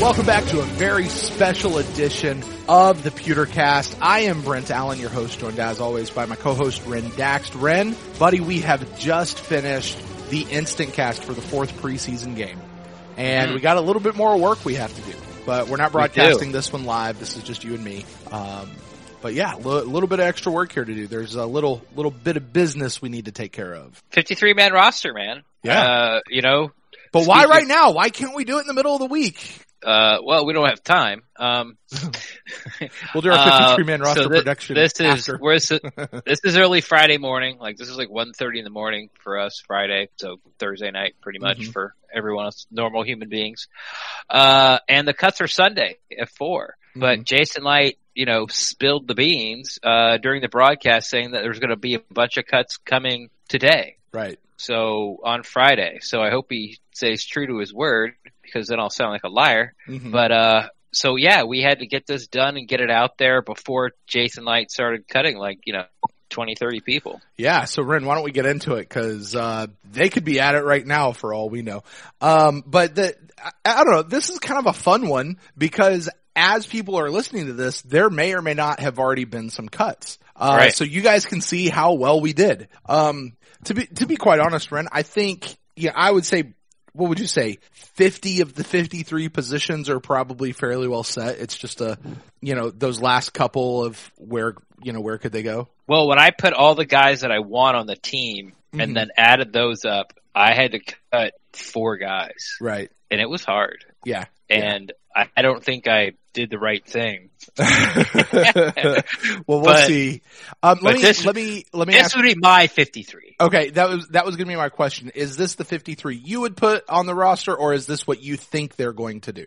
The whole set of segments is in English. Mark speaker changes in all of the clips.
Speaker 1: Welcome back to a very special edition of the Pewtercast. I am Brent Allen, your host, joined as always by my co-host Ren Daxt. Ren, buddy, we have just finished the instant cast for the fourth preseason game, and we got a little bit more work we have to do. But we're not broadcasting this one live. This is just you and me. Um, but yeah, a little bit of extra work here to do. There's a little little bit of business we need to take care of.
Speaker 2: 53 man roster, man.
Speaker 1: Yeah.
Speaker 2: Uh, you know,
Speaker 1: But why
Speaker 2: Speaking-
Speaker 1: right now? Why can't we do it in the middle of the week?
Speaker 2: uh, well, we don't have time. Um,
Speaker 1: We'll do our
Speaker 2: Uh,
Speaker 1: 53 man roster
Speaker 2: so thi-
Speaker 1: production.
Speaker 2: this is
Speaker 1: after.
Speaker 2: we're, s- this is early Friday morning. Like this is like 1.30 in the morning for us Friday, so Thursday night pretty much
Speaker 1: Mhm.
Speaker 2: for everyone else, normal human beings. Uh, and the cuts are Sunday at four.
Speaker 1: Mm-hmm.
Speaker 2: But Jason Light, you know, spilled the beans uh, during the broadcast, saying that there's going to be a bunch of cuts coming today.
Speaker 1: Mm-hmm. Right.
Speaker 2: So on Friday. So I hope he stays true to his word because then I'll sound like a liar.
Speaker 1: Mhm.
Speaker 2: But uh so yeah, we had to get this done and get it out there before Jason Light started cutting like, you know, 20, 30 people.
Speaker 1: yeah. So Ren, why don't we get into it? Cause, uh, they could be at it right now for all we know. Um, but the, I, I don't know. This is kind of a fun one because as people are listening to this, there may or may not have already been some cuts. Uh,
Speaker 2: Right.
Speaker 1: so you guys can see how well we did. Um, to be, to be quite honest, Ren, I think, yeah, I would say, what would you say? 50 of the 53 positions are probably fairly well set. It's just a, you know, those last couple of where, you know, where could they go?
Speaker 2: Well, when I put all the guys that I want on the team
Speaker 1: Mhm.
Speaker 2: and then added those up, I had to cut four guys
Speaker 1: Right.
Speaker 2: and it was hard.
Speaker 1: Yeah.
Speaker 2: And I, I don't think I did the right thing.
Speaker 1: well, we'll
Speaker 2: But-
Speaker 1: see. Um, let
Speaker 2: but
Speaker 1: me
Speaker 2: this-
Speaker 1: let me let me
Speaker 2: This
Speaker 1: ask.
Speaker 2: would be my 53.
Speaker 1: Okay, that was that was going to be my question. Is this the fifty three you would put on the roster, or is this what you think they're going to do?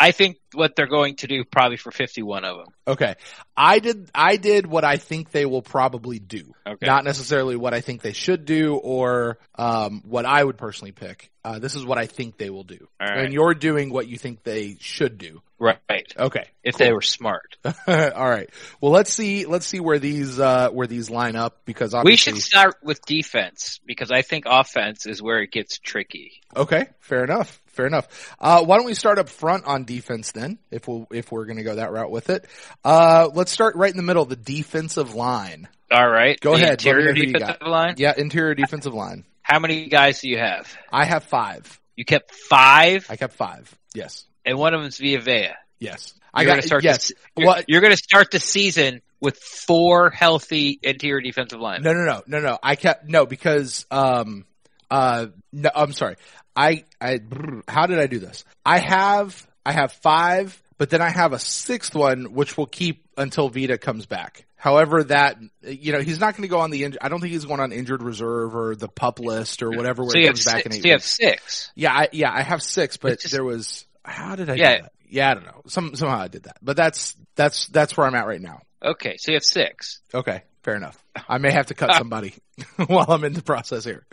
Speaker 2: I think what they're going to do probably for 51 of them.
Speaker 1: Okay, I did I did what I think they will probably do,
Speaker 2: Okay.
Speaker 1: not necessarily what I think they should do or um, what I would personally pick. Uh, this is what I think they will do,
Speaker 2: All
Speaker 1: and
Speaker 2: right.
Speaker 1: you're doing what you think they should do.
Speaker 2: Right.
Speaker 1: Okay,
Speaker 2: If
Speaker 1: Cool.
Speaker 2: they were smart.
Speaker 1: all right. Well, let's see let's see where these uh, where these line up because obviously
Speaker 2: We should start with defense because I think offense is where it gets tricky.
Speaker 1: Okay, fair enough. Fair enough. Uh, why don't we start up front on defense then, if we will if we're going to go that route with it? Uh, let's start right in the middle, the defensive line.
Speaker 2: All right.
Speaker 1: Go
Speaker 2: the
Speaker 1: ahead. Let me
Speaker 2: Interior
Speaker 1: know who you
Speaker 2: defensive line.
Speaker 1: Yeah, interior defensive line.
Speaker 2: How many guys do you have?
Speaker 1: I have five.
Speaker 2: You kept five,
Speaker 1: I kept five. Yes,
Speaker 2: and one of them's Via Vea. You're
Speaker 1: yes. I
Speaker 2: gonna start
Speaker 1: yes.
Speaker 2: the, you're,
Speaker 1: What-
Speaker 2: you're going to start the season with four healthy interior defensive linemen.
Speaker 1: No, no, no, no, no. I kept no because um uh no. I'm sorry. I I brr, how did I do this? I have I have five, but then I have a sixth one which we'll keep until Vita comes back. However, that you know he's not going to go on the inj- I don't think he's going on injured reserve or the pup list or whatever when
Speaker 2: so
Speaker 1: he
Speaker 2: you have
Speaker 1: comes back in
Speaker 2: six.
Speaker 1: eight
Speaker 2: So you have
Speaker 1: weeks.
Speaker 2: six.
Speaker 1: Yeah, I, yeah, I have six, but
Speaker 2: It's just-
Speaker 1: there was how did I?
Speaker 2: Yeah.
Speaker 1: do that? yeah, I don't know. Some somehow I did that, but that's that's that's where I'm at right now.
Speaker 2: Okay, so you have six.
Speaker 1: Okay, fair enough. I may have to cut somebody while I'm in the process here.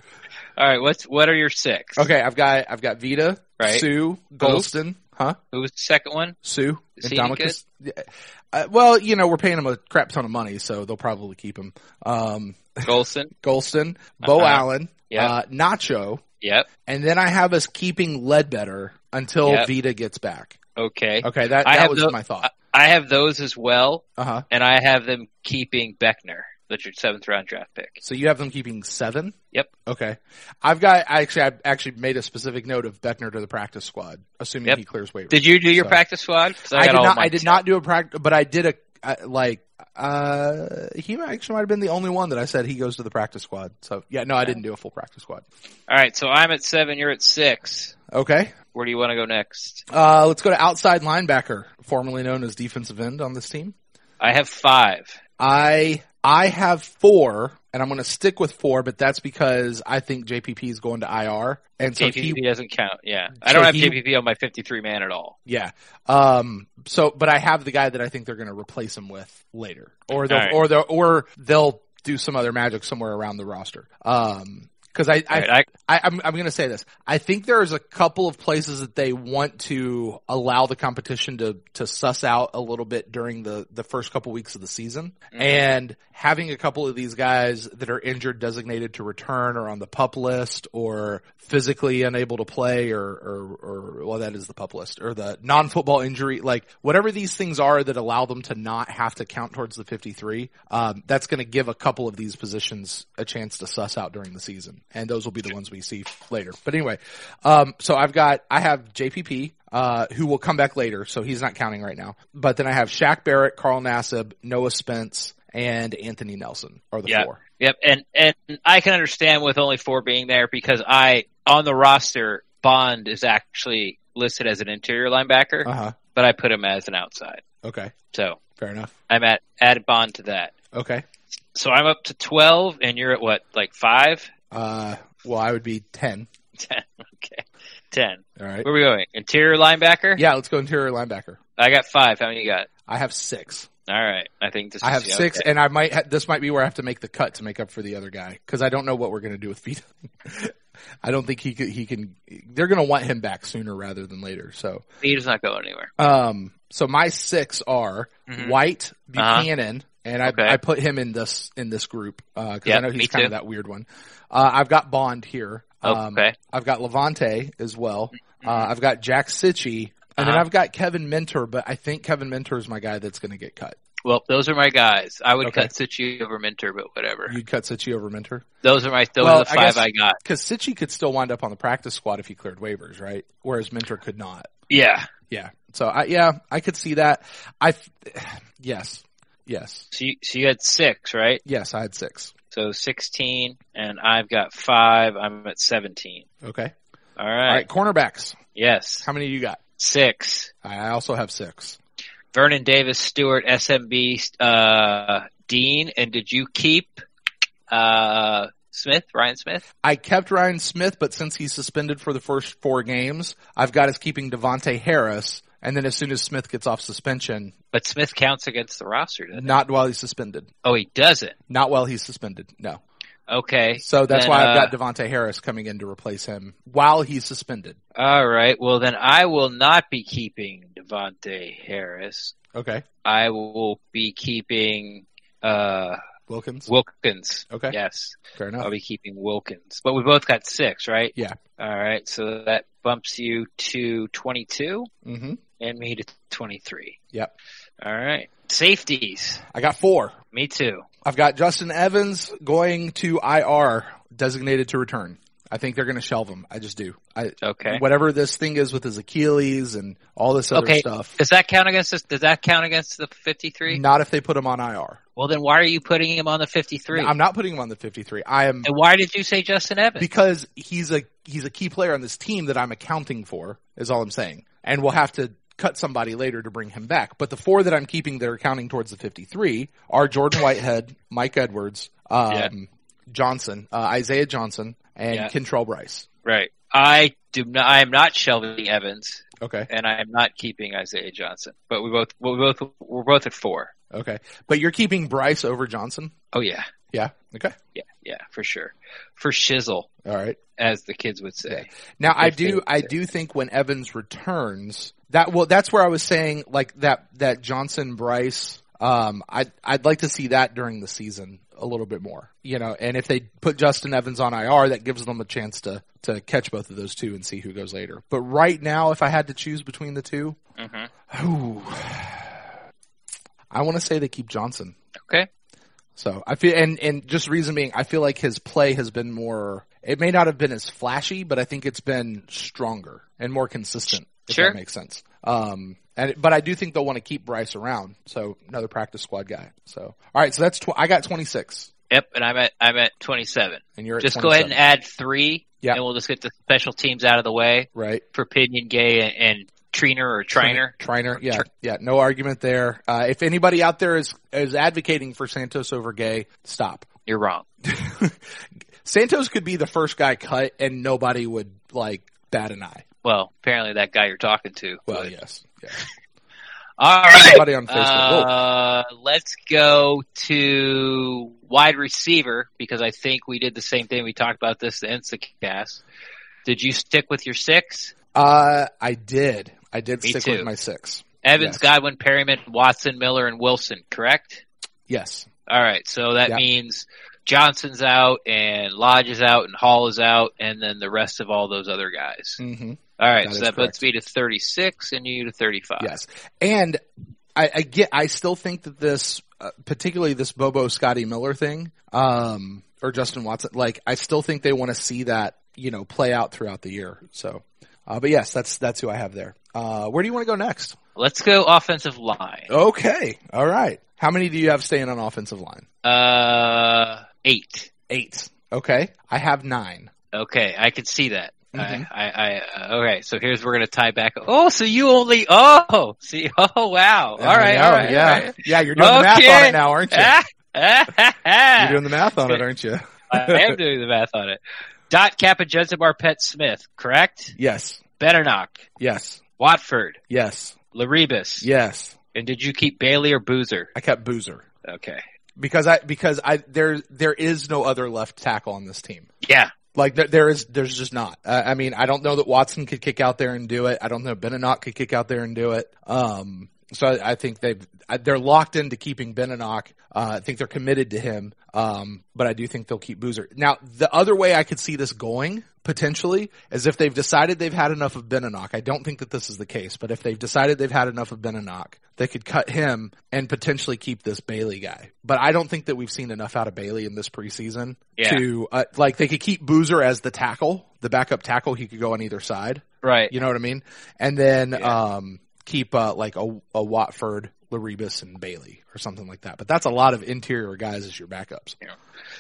Speaker 2: All right, what's what are your six?
Speaker 1: Okay, I've got I've got Vita,
Speaker 2: Right.
Speaker 1: Sue, Golston, huh?
Speaker 2: Who was the second one?
Speaker 1: Sue,
Speaker 2: Is he any
Speaker 1: Indomicus. Yeah. Uh, well, you know we're paying him a crap ton of money, so they'll probably keep him. Um,
Speaker 2: Golson.
Speaker 1: Golston, Bo
Speaker 2: Uh-huh.
Speaker 1: Allen,
Speaker 2: Yeah.
Speaker 1: uh, Nacho,
Speaker 2: yep.
Speaker 1: and then I have us keeping Ledbetter until
Speaker 2: Yep.
Speaker 1: Vita gets back.
Speaker 2: Okay.
Speaker 1: Okay, that,
Speaker 2: I
Speaker 1: that
Speaker 2: have
Speaker 1: was
Speaker 2: no-
Speaker 1: my thought.
Speaker 2: I have those as well,
Speaker 1: Uh huh.
Speaker 2: and I have them keeping Beckner, Richard's seventh round draft pick.
Speaker 1: So you have them keeping seven.
Speaker 2: Yep.
Speaker 1: Okay. I've got I actually I actually made a specific note of Beckner to the practice squad, assuming
Speaker 2: Yep.
Speaker 1: he clears waivers.
Speaker 2: Did you do your
Speaker 1: So-
Speaker 2: practice squad? 'Cause
Speaker 1: I,
Speaker 2: got
Speaker 1: did
Speaker 2: all
Speaker 1: not.
Speaker 2: my
Speaker 1: I did
Speaker 2: stuff.
Speaker 1: not do a practice, but I did a I, like. Uh, he might- actually might have been the only one that I said he goes to the practice squad. So yeah, no, I didn't do a full practice squad.
Speaker 2: All right, so I'm at seven. You're at six.
Speaker 1: Okay,
Speaker 2: Where do you want to go next?
Speaker 1: uh, let's go to outside linebacker, formerly known as defensive end on this team.
Speaker 2: I have five.
Speaker 1: I I have four, and I'm going to stick with four, but that's because I think JPP is going to IR, and so
Speaker 2: JPP
Speaker 1: he
Speaker 2: doesn't count. Yeah, I
Speaker 1: so
Speaker 2: don't have
Speaker 1: he-
Speaker 2: JPP on my 53 man at all.
Speaker 1: Yeah. Um. So, but I have the guy that I think they're going to replace him with later, or they'll,
Speaker 2: All right.
Speaker 1: or they'll, or they'll do some other magic somewhere around the roster. Um. because I, I,
Speaker 2: All right,
Speaker 1: I, I'm, I'm going to say this. I think there's a couple of places that they want to allow the competition to, to suss out a little bit during the, the first couple weeks of the season.
Speaker 2: Mhm.
Speaker 1: And having a couple of these guys that are injured designated to return or on the pup list or physically unable to play or, or, or, well, that is the pup list or the non-football injury, like whatever these things are that allow them to not have to count towards the 53, um, that's going to give a couple of these positions a chance to suss out during the season. And those will be the ones we see later. But anyway, um, so I've got, I have JPP, uh, who will come back later, so he's not counting right now. But then I have Shaq Barrett, Carl Nassib, Noah Spence, and Anthony Nelson are the
Speaker 2: Yeah.
Speaker 1: four.
Speaker 2: Yep, and and I can understand with only four being there because I on the roster Bond is actually listed as an interior linebacker,
Speaker 1: Uh huh.
Speaker 2: but I put him as an outside.
Speaker 1: Okay.
Speaker 2: So
Speaker 1: Fair enough.
Speaker 2: I'm at add Bond to that.
Speaker 1: Okay.
Speaker 2: So I'm up to twelve, and you're at what, like five,
Speaker 1: Uh, well, I would be 10.
Speaker 2: ten? Okay, ten.
Speaker 1: All right.
Speaker 2: Where are we going? Interior linebacker.
Speaker 1: Yeah, let's go interior linebacker.
Speaker 2: I got five. How many you got?
Speaker 1: I have six.
Speaker 2: All right. I think this.
Speaker 1: I
Speaker 2: is
Speaker 1: have
Speaker 2: the
Speaker 1: six,
Speaker 2: okay.
Speaker 1: and I might. Ha- this might be where I have to make the cut to make up for the other guy because I don't know what we're going to do with Vita. I don't think he could, he can. They're going to want him back sooner rather than later. So,
Speaker 2: Speed is not going anywhere.
Speaker 1: um, so my six are
Speaker 2: Mhm.
Speaker 1: White
Speaker 2: Uh-huh.
Speaker 1: Buchanan, and I,
Speaker 2: Okay.
Speaker 1: I put him in this in this group because I
Speaker 2: Yep,
Speaker 1: know
Speaker 2: me
Speaker 1: he's kind of
Speaker 2: too.
Speaker 1: that weird one. Uh, I've got Bond here. Um,
Speaker 2: okay.
Speaker 1: I've got Levante as well. Uh,
Speaker 2: Mhm.
Speaker 1: I've got Jack Sitchy, and then
Speaker 2: Uh-huh.
Speaker 1: I've got Kevin Mentor. But I think Kevin Mentor is my guy that's going to get cut.
Speaker 2: Well, those are my guys. I would
Speaker 1: Okay.
Speaker 2: cut Situ over Minter, but whatever.
Speaker 1: You'd cut Sitchy over Mentor.
Speaker 2: Those are my. Those
Speaker 1: Well,
Speaker 2: are the
Speaker 1: I
Speaker 2: five
Speaker 1: guess-
Speaker 2: I got.
Speaker 1: because Sitchy could still wind up on the practice squad if he cleared waivers, right? Whereas Mentor could not.
Speaker 2: Yeah.
Speaker 1: Yeah. So I yeah, I could see that. I yes, yes,
Speaker 2: So you, so you had six, right?
Speaker 1: yes. I had six.
Speaker 2: So 16, and I've got five. I'm at 17.
Speaker 1: Okay. All
Speaker 2: All right.
Speaker 1: right. Cornerbacks.
Speaker 2: Yes.
Speaker 1: How many you got?
Speaker 2: Six.
Speaker 1: I also have six.
Speaker 2: Vernon Davis, Stewart, SMB, uh, Dean, and did you keep, uh, Smith, Ryan Smith?
Speaker 1: I kept Ryan Smith, but since he's suspended for the first four games, I've got us keeping Devonte Harris. And then as soon as Smith gets off suspension,
Speaker 2: But Smith counts against the roster, doesn't he?
Speaker 1: not while he's suspended,
Speaker 2: Oh, he doesn't.
Speaker 1: not while he's suspended. No.
Speaker 2: Okay.
Speaker 1: So that's
Speaker 2: Then,
Speaker 1: why
Speaker 2: uh,
Speaker 1: I've got Devonte Harris coming in to replace him while he's suspended.
Speaker 2: All right. Well, then I will not be keeping Devontae Harris.
Speaker 1: Okay.
Speaker 2: I will be keeping, uh,
Speaker 1: Wilkins.
Speaker 2: Wilkins.
Speaker 1: Okay.
Speaker 2: Yes.
Speaker 1: Fair enough.
Speaker 2: I'll be keeping Wilkins. But we both got six, right?
Speaker 1: Yeah.
Speaker 2: All right. So that bumps you to 22
Speaker 1: Mm-hmm.
Speaker 2: and me to 23.
Speaker 1: Yep.
Speaker 2: All right. Safeties.
Speaker 1: I got four.
Speaker 2: Me too.
Speaker 1: I've got Justin Evans going to IR, designated to return. I think they're going to shelve him. I just do. I
Speaker 2: Okay.
Speaker 1: whatever this thing is with his Achilles and all this other
Speaker 2: Okay.
Speaker 1: stuff.
Speaker 2: Does that count against us? Does that count against the 53?
Speaker 1: Not if they put him on IR.
Speaker 2: Well, then why are you putting him on the 53?
Speaker 1: I'm not putting him on the 53. I am
Speaker 2: and why did you say Justin Evans?
Speaker 1: because he's a he's a key player on this team that I'm accounting for. Is all I'm saying. And we'll have to cut somebody later to bring him back. But the four that I'm keeping that are counting towards the 53 are Jordan Whitehead, Mike Edwards, um,
Speaker 2: Yeah.
Speaker 1: Johnson, uh, Isaiah Johnson, and
Speaker 2: Yeah.
Speaker 1: Kentrell Bryce.
Speaker 2: right. I do not. I am not shelving Evans,
Speaker 1: Okay.
Speaker 2: and I am not keeping Isaiah Johnson. But we both, we both, we're both at four.
Speaker 1: Okay. But you're keeping Bryce over Johnson?
Speaker 2: Oh yeah,
Speaker 1: Yeah. Okay.
Speaker 2: yeah, yeah, for sure, for shizzle.
Speaker 1: All right.
Speaker 2: as the kids would say.
Speaker 1: Now I
Speaker 2: If they-
Speaker 1: do I do think when Evans returns that well that's where I was saying like that that Johnson Bryce um I would I'd like to see that during the season a little bit more you know and if they put Justin Evans on IR that gives them a chance to to catch both of those two and see who goes later but right now if I had to choose between the two
Speaker 2: hmm
Speaker 1: ooh, I want to say they keep Johnson
Speaker 2: Okay.
Speaker 1: so I feel, and and just reason being, I feel like his play has been more. It may not have been as flashy, but I think it's been stronger and more consistent. If
Speaker 2: Sure.
Speaker 1: that makes sense. Um, and but I do think they'll want to keep Bryce around. So another practice squad guy. So all right, so that's tw- I got twenty six,
Speaker 2: Yep, and I'm at I'm at 27.
Speaker 1: and you're at
Speaker 2: Just go ahead and
Speaker 1: 27,
Speaker 2: add three,
Speaker 1: Yeah.
Speaker 2: and we'll just get the special teams out of the way
Speaker 1: right.
Speaker 2: for Pinion Gay and, and Treener or Triner.
Speaker 1: Triner, yeah,
Speaker 2: Tr-
Speaker 1: yeah, no argument there. Uh, if anybody out there is is advocating for Santos over Gay, stop.
Speaker 2: You're wrong.
Speaker 1: Santos could be the first guy cut, and nobody would like bat an eye.
Speaker 2: Well, apparently that guy you're talking to.
Speaker 1: Well,
Speaker 2: would.
Speaker 1: yes, yeah.
Speaker 2: All right.
Speaker 1: Somebody on Facebook. Whoa.
Speaker 2: Uh, let's go to wide receiver because I think we did the same thing. We talked about this in the Instacast. Did you stick with your six?
Speaker 1: Uh, I did. I did
Speaker 2: Me
Speaker 1: stick
Speaker 2: too.
Speaker 1: with my six.
Speaker 2: Evans,
Speaker 1: Yes.
Speaker 2: Godwin, Perryman, Watson, Miller, and Wilson, correct?
Speaker 1: Yes.
Speaker 2: All right. So that
Speaker 1: Yeah.
Speaker 2: means Johnson's out and Lodge is out and Hall is out and then the rest of all those other guys.
Speaker 1: hmm
Speaker 2: All right.
Speaker 1: That
Speaker 2: so
Speaker 1: is
Speaker 2: that puts me to 36 and you to 35.
Speaker 1: Yes. And I, I get. I still think that this, uh, particularly this Bobo Scotty Miller thing, um, or Justin Watson, like I still think they want to see that you know play out throughout the year. So, uh, but yes, that's that's who I have there. Uh, where do you want to go next?
Speaker 2: Let's go offensive line.
Speaker 1: Okay. All right. How many do you have staying on offensive line?
Speaker 2: Uh, eight.
Speaker 1: Eight. Okay. I have nine.
Speaker 2: Okay. I could see that.
Speaker 1: Mhm.
Speaker 2: I, I, I, uh, okay. So here's, we're going to tie back. Oh, so you only, oh, see, oh, wow. All
Speaker 1: I
Speaker 2: right.
Speaker 1: know,
Speaker 2: all right.
Speaker 1: Yeah.
Speaker 2: all right.
Speaker 1: Yeah. You're doing the math on
Speaker 2: Okay.
Speaker 1: it now, aren't you?
Speaker 2: Ah, ah, ah, ah.
Speaker 1: You're doing the math on it, aren't you?
Speaker 2: I am doing the math on it. Dot Kappa Jensen Marpet Smith, correct?
Speaker 1: Yes.
Speaker 2: Bennernock,
Speaker 1: Yes.
Speaker 2: Watford,
Speaker 1: Yes.
Speaker 2: Laribus.
Speaker 1: Yes.
Speaker 2: And did you keep Bailey or Boozer?
Speaker 1: I kept Boozer
Speaker 2: Okay.
Speaker 1: because I because I there there is no other left tackle on this team.
Speaker 2: Yeah.
Speaker 1: Like there, there is, there's just not. Uh, I mean, I don't know that Watson could kick out there and do it. I don't know Beninock could kick out there and do it. Um, so I, I think they've I, they're locked into keeping Beninock. Uh, I think they're committed to him. Um, but I do think they'll keep Boozer. Now, the other way I could see this going potentially is if they've decided they've had enough of Beninock. I don't think that this is the case, but if they've decided they've had enough of Beninock, they could cut him and potentially keep this Bailey guy. But I don't think that we've seen enough out of Bailey in this preseason
Speaker 2: Yeah.
Speaker 1: to uh, like they could keep Boozer as the tackle, the backup tackle. He could go on either side.
Speaker 2: Right.
Speaker 1: You know what I mean? And then
Speaker 2: Yeah.
Speaker 1: um, keep uh, like a, a Watford, Laribus, and Bailey or something like that. But that's a lot of interior guys as your backups.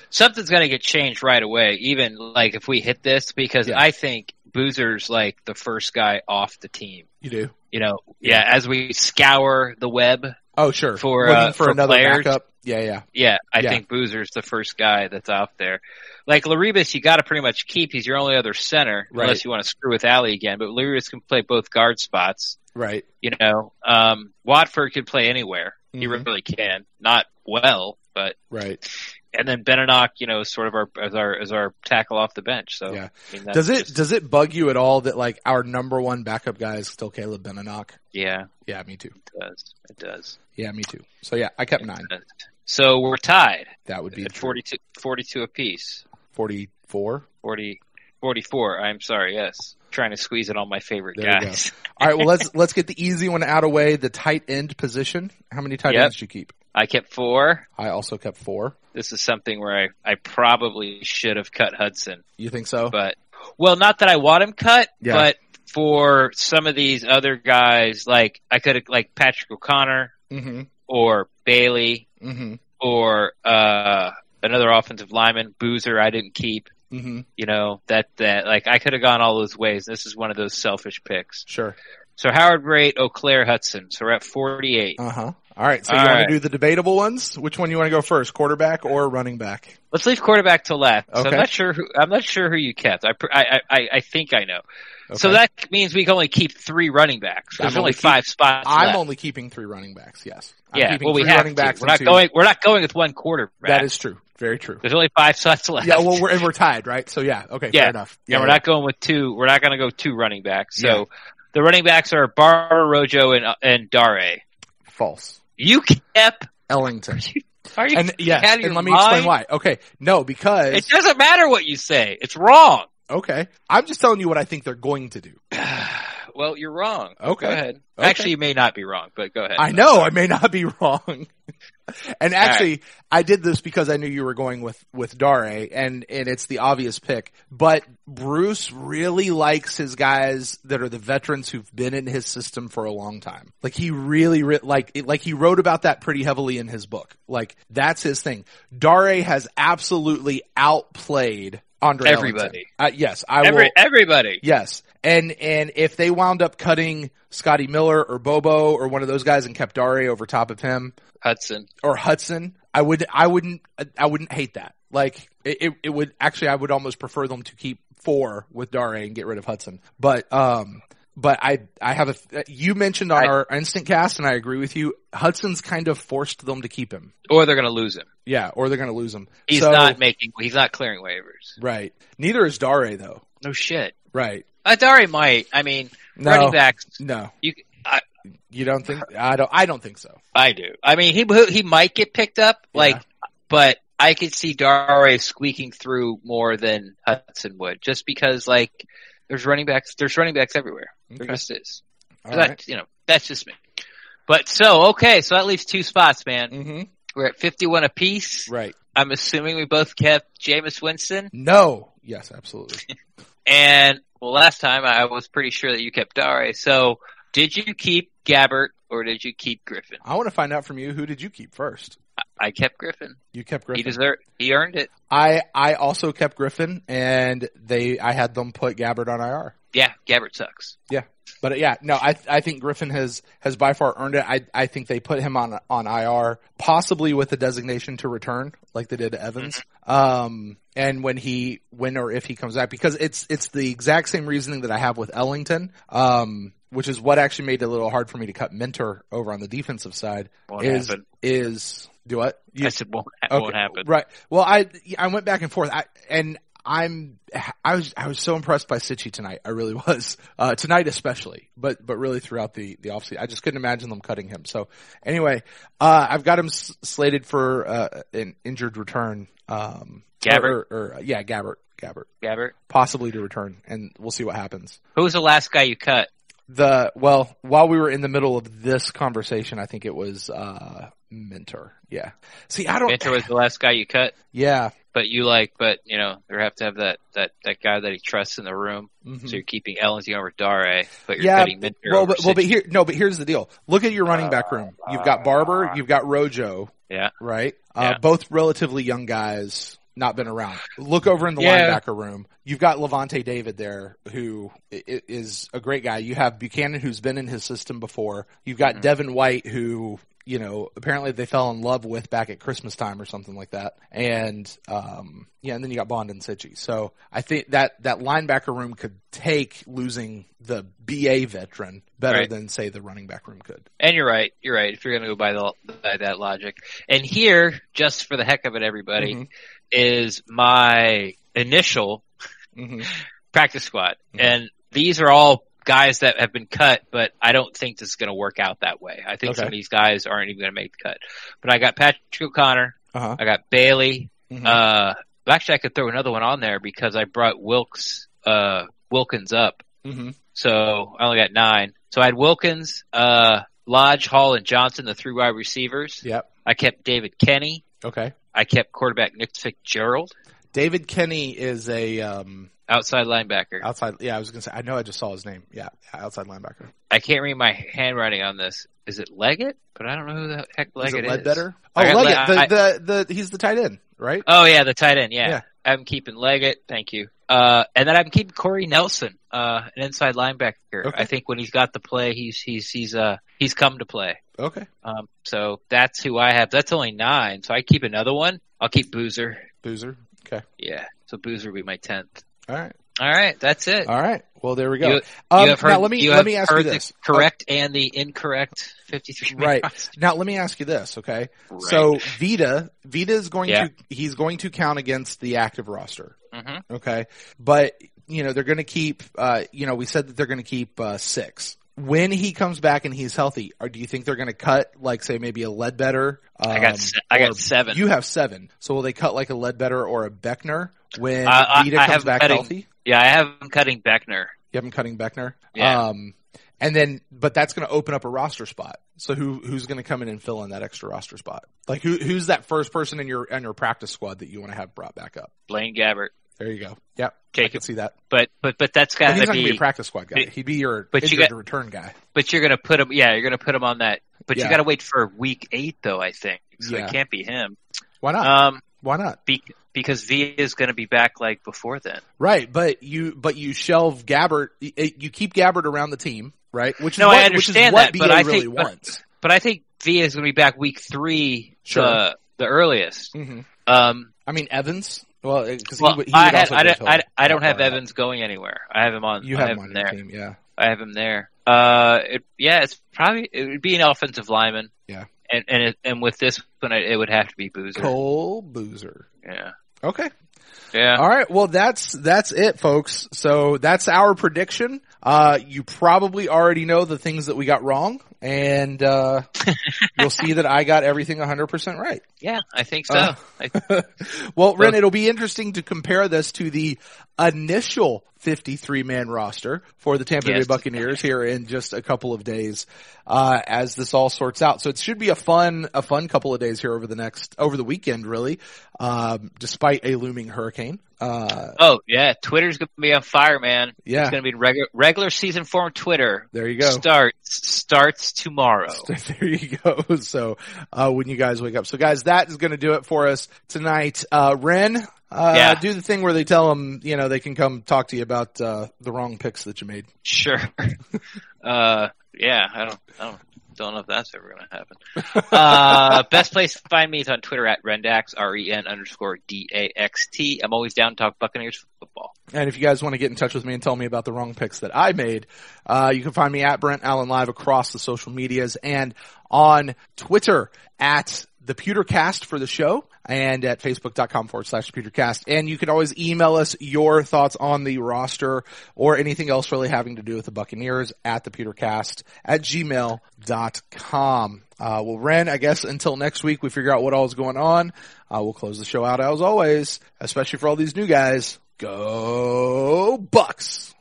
Speaker 2: Something's going to get changed right away, even like if we hit this, because
Speaker 1: Yeah.
Speaker 2: I think Boozer's like the first guy off the team.
Speaker 1: You do?
Speaker 2: You know, yeah, as we scour the web,
Speaker 1: Oh, sure.
Speaker 2: For,
Speaker 1: Looking
Speaker 2: uh,
Speaker 1: for,
Speaker 2: for
Speaker 1: another
Speaker 2: players.
Speaker 1: backup. Yeah, yeah.
Speaker 2: Yeah, I
Speaker 1: Yeah.
Speaker 2: think Boozer's the first guy that's out there. Like Laribus, you got to pretty much keep. He's your only other center,
Speaker 1: Right.
Speaker 2: unless you want to screw with Alley again. But Laribus can play both guard spots.
Speaker 1: Right.
Speaker 2: You know, um, Watford can play anywhere. He
Speaker 1: Mhm.
Speaker 2: really can, not well, but
Speaker 1: Right.
Speaker 2: and then Beninock, you know, is sort of our as our as our tackle off the bench. So
Speaker 1: Yeah.
Speaker 2: I mean, that's
Speaker 1: does it
Speaker 2: just-
Speaker 1: does it bug you at all that like our number one backup guy is still Caleb Beninock?
Speaker 2: yeah,
Speaker 1: Yeah, me too.
Speaker 2: it does it does.
Speaker 1: Yeah, me too. So yeah, I kept nine.
Speaker 2: It does. So we're tied
Speaker 1: That would be
Speaker 2: at 42, 42 apiece.
Speaker 1: forty four.
Speaker 2: 40, 44. I'm sorry. Yes, trying to squeeze in all my favorite
Speaker 1: There we go.
Speaker 2: guys.
Speaker 1: All right, well let's let's get the easy one out of the way. The tight end position. How many tight
Speaker 2: Yep.
Speaker 1: ends did you keep?
Speaker 2: I kept four.
Speaker 1: I also kept four.
Speaker 2: This is something where I, I probably should have cut Hudson,
Speaker 1: You think so?
Speaker 2: but well, not that I want him cut,
Speaker 1: Oh. Yeah.
Speaker 2: but for some of these other guys, like I could have like Patrick O'Connor
Speaker 1: mm-hmm.
Speaker 2: or Bailey
Speaker 1: Mm-hmm.
Speaker 2: or uh, another offensive lineman, Boozer. I didn't keep.
Speaker 1: Mm-hmm.
Speaker 2: You know that that like I could have gone all those ways. This is one of those selfish picks.
Speaker 1: Sure.
Speaker 2: So Howard Brate, Eau Claire, Hudson. So we're at forty-eight.
Speaker 1: Uh huh. All right. So
Speaker 2: All
Speaker 1: you want
Speaker 2: right.
Speaker 1: to do the debatable ones? Which one you want to go first? Quarterback or running back?
Speaker 2: Let's leave quarterback to left. So
Speaker 1: Okay.
Speaker 2: I'm not sure who I'm not sure who you kept. I pr- I I, I think I know. So
Speaker 1: Okay.
Speaker 2: that means we can only keep three running backs. There's
Speaker 1: I'm
Speaker 2: only
Speaker 1: only keep-
Speaker 2: five spots.
Speaker 1: I'm
Speaker 2: left.
Speaker 1: only keeping three running backs. Yes. I'm
Speaker 2: yeah.
Speaker 1: keeping
Speaker 2: Well, we
Speaker 1: three
Speaker 2: have
Speaker 1: running
Speaker 2: to.
Speaker 1: backs.
Speaker 2: We're
Speaker 1: and
Speaker 2: not
Speaker 1: two-
Speaker 2: going. We're not going with one quarterback.
Speaker 1: That is true. Very true.
Speaker 2: There's only five spots left.
Speaker 1: Yeah. Well, we're, and we're tied, right? So yeah. Okay.
Speaker 2: Yeah.
Speaker 1: Fair enough.
Speaker 2: yeah, we're not going with two. We're not going to go two running backs. So
Speaker 1: Yeah.
Speaker 2: the running backs are Barber Rojo and uh, and Dare.
Speaker 1: false.
Speaker 2: You kept.
Speaker 1: Ellington.
Speaker 2: Are you?
Speaker 1: And yes,
Speaker 2: out
Speaker 1: and
Speaker 2: of your
Speaker 1: let me
Speaker 2: mind?
Speaker 1: explain why. Okay. No, because
Speaker 2: It doesn't matter what you say. It's wrong.
Speaker 1: okay. I'm just telling you what I think they're going to do.
Speaker 2: well, you're wrong.
Speaker 1: Okay.
Speaker 2: Go ahead.
Speaker 1: Okay.
Speaker 2: Actually, you may not be wrong, but go ahead.
Speaker 1: I know I may not be wrong. and actually, I did this because I knew you were going with with Dare, and and it's the obvious pick. But Bruce really likes his guys that are the veterans who've been in his system for a long time. Like he really re- like it- like he wrote about that pretty heavily in his book. Like that's his thing. Dare has absolutely outplayed Andre Ellington.
Speaker 2: Everybody.
Speaker 1: Uh, yes, I
Speaker 2: Every,
Speaker 1: will.
Speaker 2: Everybody.
Speaker 1: Yes. And and if they wound up cutting Scotty Miller or Bobo or one of those guys and kept Dari over top of him
Speaker 2: Hudson.
Speaker 1: or Hudson, I would I wouldn't I wouldn't hate that. Like it, it, it would actually I would almost prefer them to keep four with Dari and get rid of Hudson. But um but I I have a you mentioned on our instant cast, and I agree with you. Hudson's kind of forced them to keep him.
Speaker 2: or they're going to lose him.
Speaker 1: Yeah, or they're going to lose him.
Speaker 2: He's
Speaker 1: So-
Speaker 2: not making. He's not clearing waivers.
Speaker 1: right. Neither is Dare though.
Speaker 2: No shit.
Speaker 1: Right.
Speaker 2: Adari Uh, might. I mean,
Speaker 1: No.
Speaker 2: running backs.
Speaker 1: No.
Speaker 2: You. I,
Speaker 1: You don't think? I don't. I don't think so.
Speaker 2: I do. I mean, he he might get picked up, like, but I could see Dare squeaking through more than Hudson would, just because like there's running backs. There's running backs everywhere. There
Speaker 1: Okay.
Speaker 2: just is.
Speaker 1: All
Speaker 2: That-
Speaker 1: right.
Speaker 2: You know, that's just me. But so okay, so that leaves two spots, man.
Speaker 1: Mm-hmm.
Speaker 2: We're at fifty-one apiece.
Speaker 1: Right.
Speaker 2: I'm assuming we both kept Jameis Winston,
Speaker 1: No. Yes. Absolutely.
Speaker 2: and well, last time I was pretty sure that you kept Dare. So did you keep Gabbert or did you keep Griffin?
Speaker 1: I want to find out from you who did you keep first.
Speaker 2: I kept Griffin.
Speaker 1: You kept
Speaker 2: He
Speaker 1: Griffin.
Speaker 2: deserved. He earned it.
Speaker 1: I I also kept Griffin, and they I had them put Gabbard on IR.
Speaker 2: Yeah, Gabbert sucks.
Speaker 1: But uh, yeah, no, I I think Griffin has has by far earned it. I I think they put him on on IR, possibly with the designation to return, like they did to Evans. Um, and when he when or if he comes back, because it's it's the exact same reasoning that I have with Ellington. Um, which is what actually made it a little hard for me to cut Mentor over on the defensive side.
Speaker 2: Won't
Speaker 1: Is-
Speaker 2: happen.
Speaker 1: Is do what you
Speaker 2: I said won't, ha-
Speaker 1: Okay,
Speaker 2: won't happen.
Speaker 1: Right. Well, I I went back and forth, I, and I'm I was I was so impressed by Sitchy tonight. I really was uh, tonight especially, but but really throughout the the offseason, I just couldn't imagine them cutting him. So anyway, uh, I've got him s- slated for uh, an injured return. Um,
Speaker 2: Gabbert?
Speaker 1: or, or- or, yeah, Gabbert, Gabbert,
Speaker 2: Gabbert.
Speaker 1: possibly to return, and we'll see what happens.
Speaker 2: Who was the last guy you cut?
Speaker 1: The well, while we were in the middle of this conversation, I think it was uh, Mentor. Yeah. See, I don't.
Speaker 2: Mentor was the last guy you cut,
Speaker 1: Yeah.
Speaker 2: but you like, but you know, they have to have that that that guy that he trusts in the room.
Speaker 1: Mhm.
Speaker 2: So you're keeping Ellington over Dare, but you're
Speaker 1: Yeah,
Speaker 2: cutting Mentor.
Speaker 1: Well,
Speaker 2: over
Speaker 1: but, well, but
Speaker 2: Sitch.
Speaker 1: here, no, but here's the deal. Look at your running back room. You've got Barber, you've got Rojo.
Speaker 2: Yeah.
Speaker 1: Right.
Speaker 2: Yeah.
Speaker 1: Uh, both relatively young guys, not been around. Look over in the
Speaker 2: Yeah.
Speaker 1: linebacker room. You've got Levante David there, who i- i- is a great guy. You have Buchanan, who's been in his system before. You've got
Speaker 2: Mhm.
Speaker 1: Devin White, who you know apparently they fell in love with back at Christmas time or something like that. And um, yeah, and then you got Bond and Sitchy. So I think that that linebacker room could take losing the BA veteran better
Speaker 2: Right.
Speaker 1: than say the running back room could.
Speaker 2: and you're right. You're right. If you're going to go by the by that logic, and here, just for the heck of it, everybody
Speaker 1: Mhm.
Speaker 2: is my initial
Speaker 1: Mhm.
Speaker 2: practice squad,
Speaker 1: Mhm.
Speaker 2: and these are all guys that have been cut, but I don't think this is going to work out that way. I think
Speaker 1: Okay.
Speaker 2: some of these guys aren't even going to make the cut. But I got Patrick O'Connor,
Speaker 1: Uh-huh.
Speaker 2: I got Bailey.
Speaker 1: Mhm.
Speaker 2: Uh, actually, I could throw another one on there because I brought Wilkes uh, Wilkins up,
Speaker 1: Mhm.
Speaker 2: so I only got nine. So I had Wilkins, uh, Lodge, Hall, and Johnson, the three wide receivers.
Speaker 1: Yep.
Speaker 2: I kept David Kenny.
Speaker 1: Okay.
Speaker 2: I kept quarterback Nick Fitzgerald,
Speaker 1: David Kenny is a um,
Speaker 2: outside linebacker.
Speaker 1: outside. Yeah, I was gonna say. I know I just saw his name. Yeah, outside linebacker.
Speaker 2: I can't read my handwriting on this. Is it Leggett? But I don't know who the heck
Speaker 1: Is
Speaker 2: Leggett
Speaker 1: it
Speaker 2: is.
Speaker 1: Ledbetter? Oh,
Speaker 2: I got
Speaker 1: Leggett.
Speaker 2: Le- I-
Speaker 1: the, the the he's the tight end, right?
Speaker 2: Oh yeah, the tight end. Yeah,
Speaker 1: Yeah.
Speaker 2: I'm keeping Leggett. Thank you. Uh, and then I'm keeping Corey Nelson, uh, an inside linebacker.
Speaker 1: Okay.
Speaker 2: I think when he's got the play, he's he's he's uh he's come to play.
Speaker 1: Okay,
Speaker 2: Um, so that's who I have. That's only nine. So I keep another one. I'll keep Boozer.
Speaker 1: Boozer. Okay,
Speaker 2: Yeah. So Boozer will be my tenth.
Speaker 1: all right,
Speaker 2: All right, that's it.
Speaker 1: all right. Well, there we go.
Speaker 2: You-
Speaker 1: Uh, um,
Speaker 2: you have heard,
Speaker 1: now let me
Speaker 2: you
Speaker 1: let
Speaker 2: have
Speaker 1: me ask you
Speaker 2: heard the
Speaker 1: this. Uh,
Speaker 2: correct and the incorrect fifty-three. man
Speaker 1: Right.
Speaker 2: roster.
Speaker 1: Now let me ask you this. Okay,
Speaker 2: Right.
Speaker 1: so Vita Vita is going
Speaker 2: Yeah.
Speaker 1: to he's going to count against the active roster.
Speaker 2: Mhm.
Speaker 1: Okay. But, you know, they're going to keep, uh, you know, we said that they're going to keep uh, six. When he comes back and he's healthy, or do you think they're going to cut, like, say, maybe a Ledbetter? Um,
Speaker 2: I got se- I
Speaker 1: or-
Speaker 2: got seven.
Speaker 1: You have seven. So will they cut, like, a Ledbetter or a Beckner when
Speaker 2: I- I-
Speaker 1: Vita
Speaker 2: I
Speaker 1: comes
Speaker 2: have
Speaker 1: back
Speaker 2: cutting-
Speaker 1: healthy?
Speaker 2: yeah, I have him cutting Beckner.
Speaker 1: You have him cutting Beckner?
Speaker 2: Yeah.
Speaker 1: Um, and then, but that's going to open up a roster spot. So who who's going to come in and fill in that extra roster spot? Like who who's that first person in your in your practice squad that you want to have brought back up?
Speaker 2: Blaine Gabbert.
Speaker 1: There you go. Yep, I
Speaker 2: Take
Speaker 1: can
Speaker 2: it,
Speaker 1: see that.
Speaker 2: but but but that's
Speaker 1: But he's
Speaker 2: gotta
Speaker 1: not gonna
Speaker 2: be.
Speaker 1: be a practice squad guy. He'd be your
Speaker 2: But you
Speaker 1: injured
Speaker 2: got-
Speaker 1: to return guy.
Speaker 2: but you're gonna put him. Yeah, you're gonna put him on that. But
Speaker 1: Yeah.
Speaker 2: you gotta wait for week eight, though. I think so.
Speaker 1: Yeah.
Speaker 2: It can't be him.
Speaker 1: Why not?
Speaker 2: Um,
Speaker 1: Why not?
Speaker 2: be, because V is gonna be back like before then.
Speaker 1: Right, but you but you shelve Gabbert. y- You keep Gabbert around the team, right? Which
Speaker 2: No,
Speaker 1: is what,
Speaker 2: I
Speaker 1: which is
Speaker 2: understand
Speaker 1: what
Speaker 2: that,
Speaker 1: BA
Speaker 2: but I
Speaker 1: really
Speaker 2: think- but-
Speaker 1: wants.
Speaker 2: But I think V is gonna be back week three.
Speaker 1: Sure.
Speaker 2: The, the earliest.
Speaker 1: Mhm.
Speaker 2: Um,
Speaker 1: I mean Evans. Well, because
Speaker 2: well,
Speaker 1: he, would- he
Speaker 2: I,
Speaker 1: would
Speaker 2: had,
Speaker 1: also
Speaker 2: I,
Speaker 1: get
Speaker 2: don't- I,
Speaker 1: told
Speaker 2: I don't have
Speaker 1: that.
Speaker 2: Evans going anywhere. I have him on.
Speaker 1: You
Speaker 2: I
Speaker 1: have
Speaker 2: have
Speaker 1: him on your
Speaker 2: there.
Speaker 1: team, yeah.
Speaker 2: I have him there. Uh, it, yeah, it's probably it would be an offensive lineman.
Speaker 1: Yeah.
Speaker 2: and and it, and with this one, it, it would have to be Boozer.
Speaker 1: Cole Boozer.
Speaker 2: Yeah,
Speaker 1: Okay.
Speaker 2: yeah.
Speaker 1: All right. Well, that's that's it, folks. So that's our prediction. Uh, you probably already know the things that we got wrong, and uh, you'll see that I got everything 100% right.
Speaker 2: Yeah, I think so.
Speaker 1: Uh,
Speaker 2: I,
Speaker 1: well, Ren, it'll be interesting to compare this to the initial 53 man roster for the Tampa
Speaker 2: Yes.
Speaker 1: Bay Buccaneers here in just a couple of days, uh, as this all sorts out. So it should be a fun, a fun couple of days here over the next, over the weekend really, um, despite a looming hurricane. Uh,
Speaker 2: oh yeah, Twitter's gonna be on fire, man.
Speaker 1: yeah,
Speaker 2: It's gonna be regular regular season form Twitter
Speaker 1: there you go.
Speaker 2: starts starts tomorrow.
Speaker 1: There you go. So, uh, when you guys wake up. So guys, that is going to do it for us tonight. Uh, Ren, uh,
Speaker 2: Yeah.
Speaker 1: do the thing where they tell them, you know, they can come talk to you about, uh, the wrong picks that you made.
Speaker 2: Sure. uh, yeah, I don't, I don't, don't know if that's ever going to happen. Uh, best place to find me is on Twitter at Rendax, R-E-N underscore D-A-X-T. I'm always down to talk Buccaneers football.
Speaker 1: And if you guys want to get in touch with me and tell me about the wrong picks that I made, uh, you can find me at Brent Allen Live across the social medias and on Twitter at the Pewtercast for the show and at facebook.com forward slash Pewtercast. And you can always email us your thoughts on the roster or anything else really having to do with the Buccaneers at the Pewtercast at gmail.com. Uh, well, Ren, I guess until next week, we figure out what all is going on. Uh, we'll close the show out as always, especially for all these new guys. Go Bucks!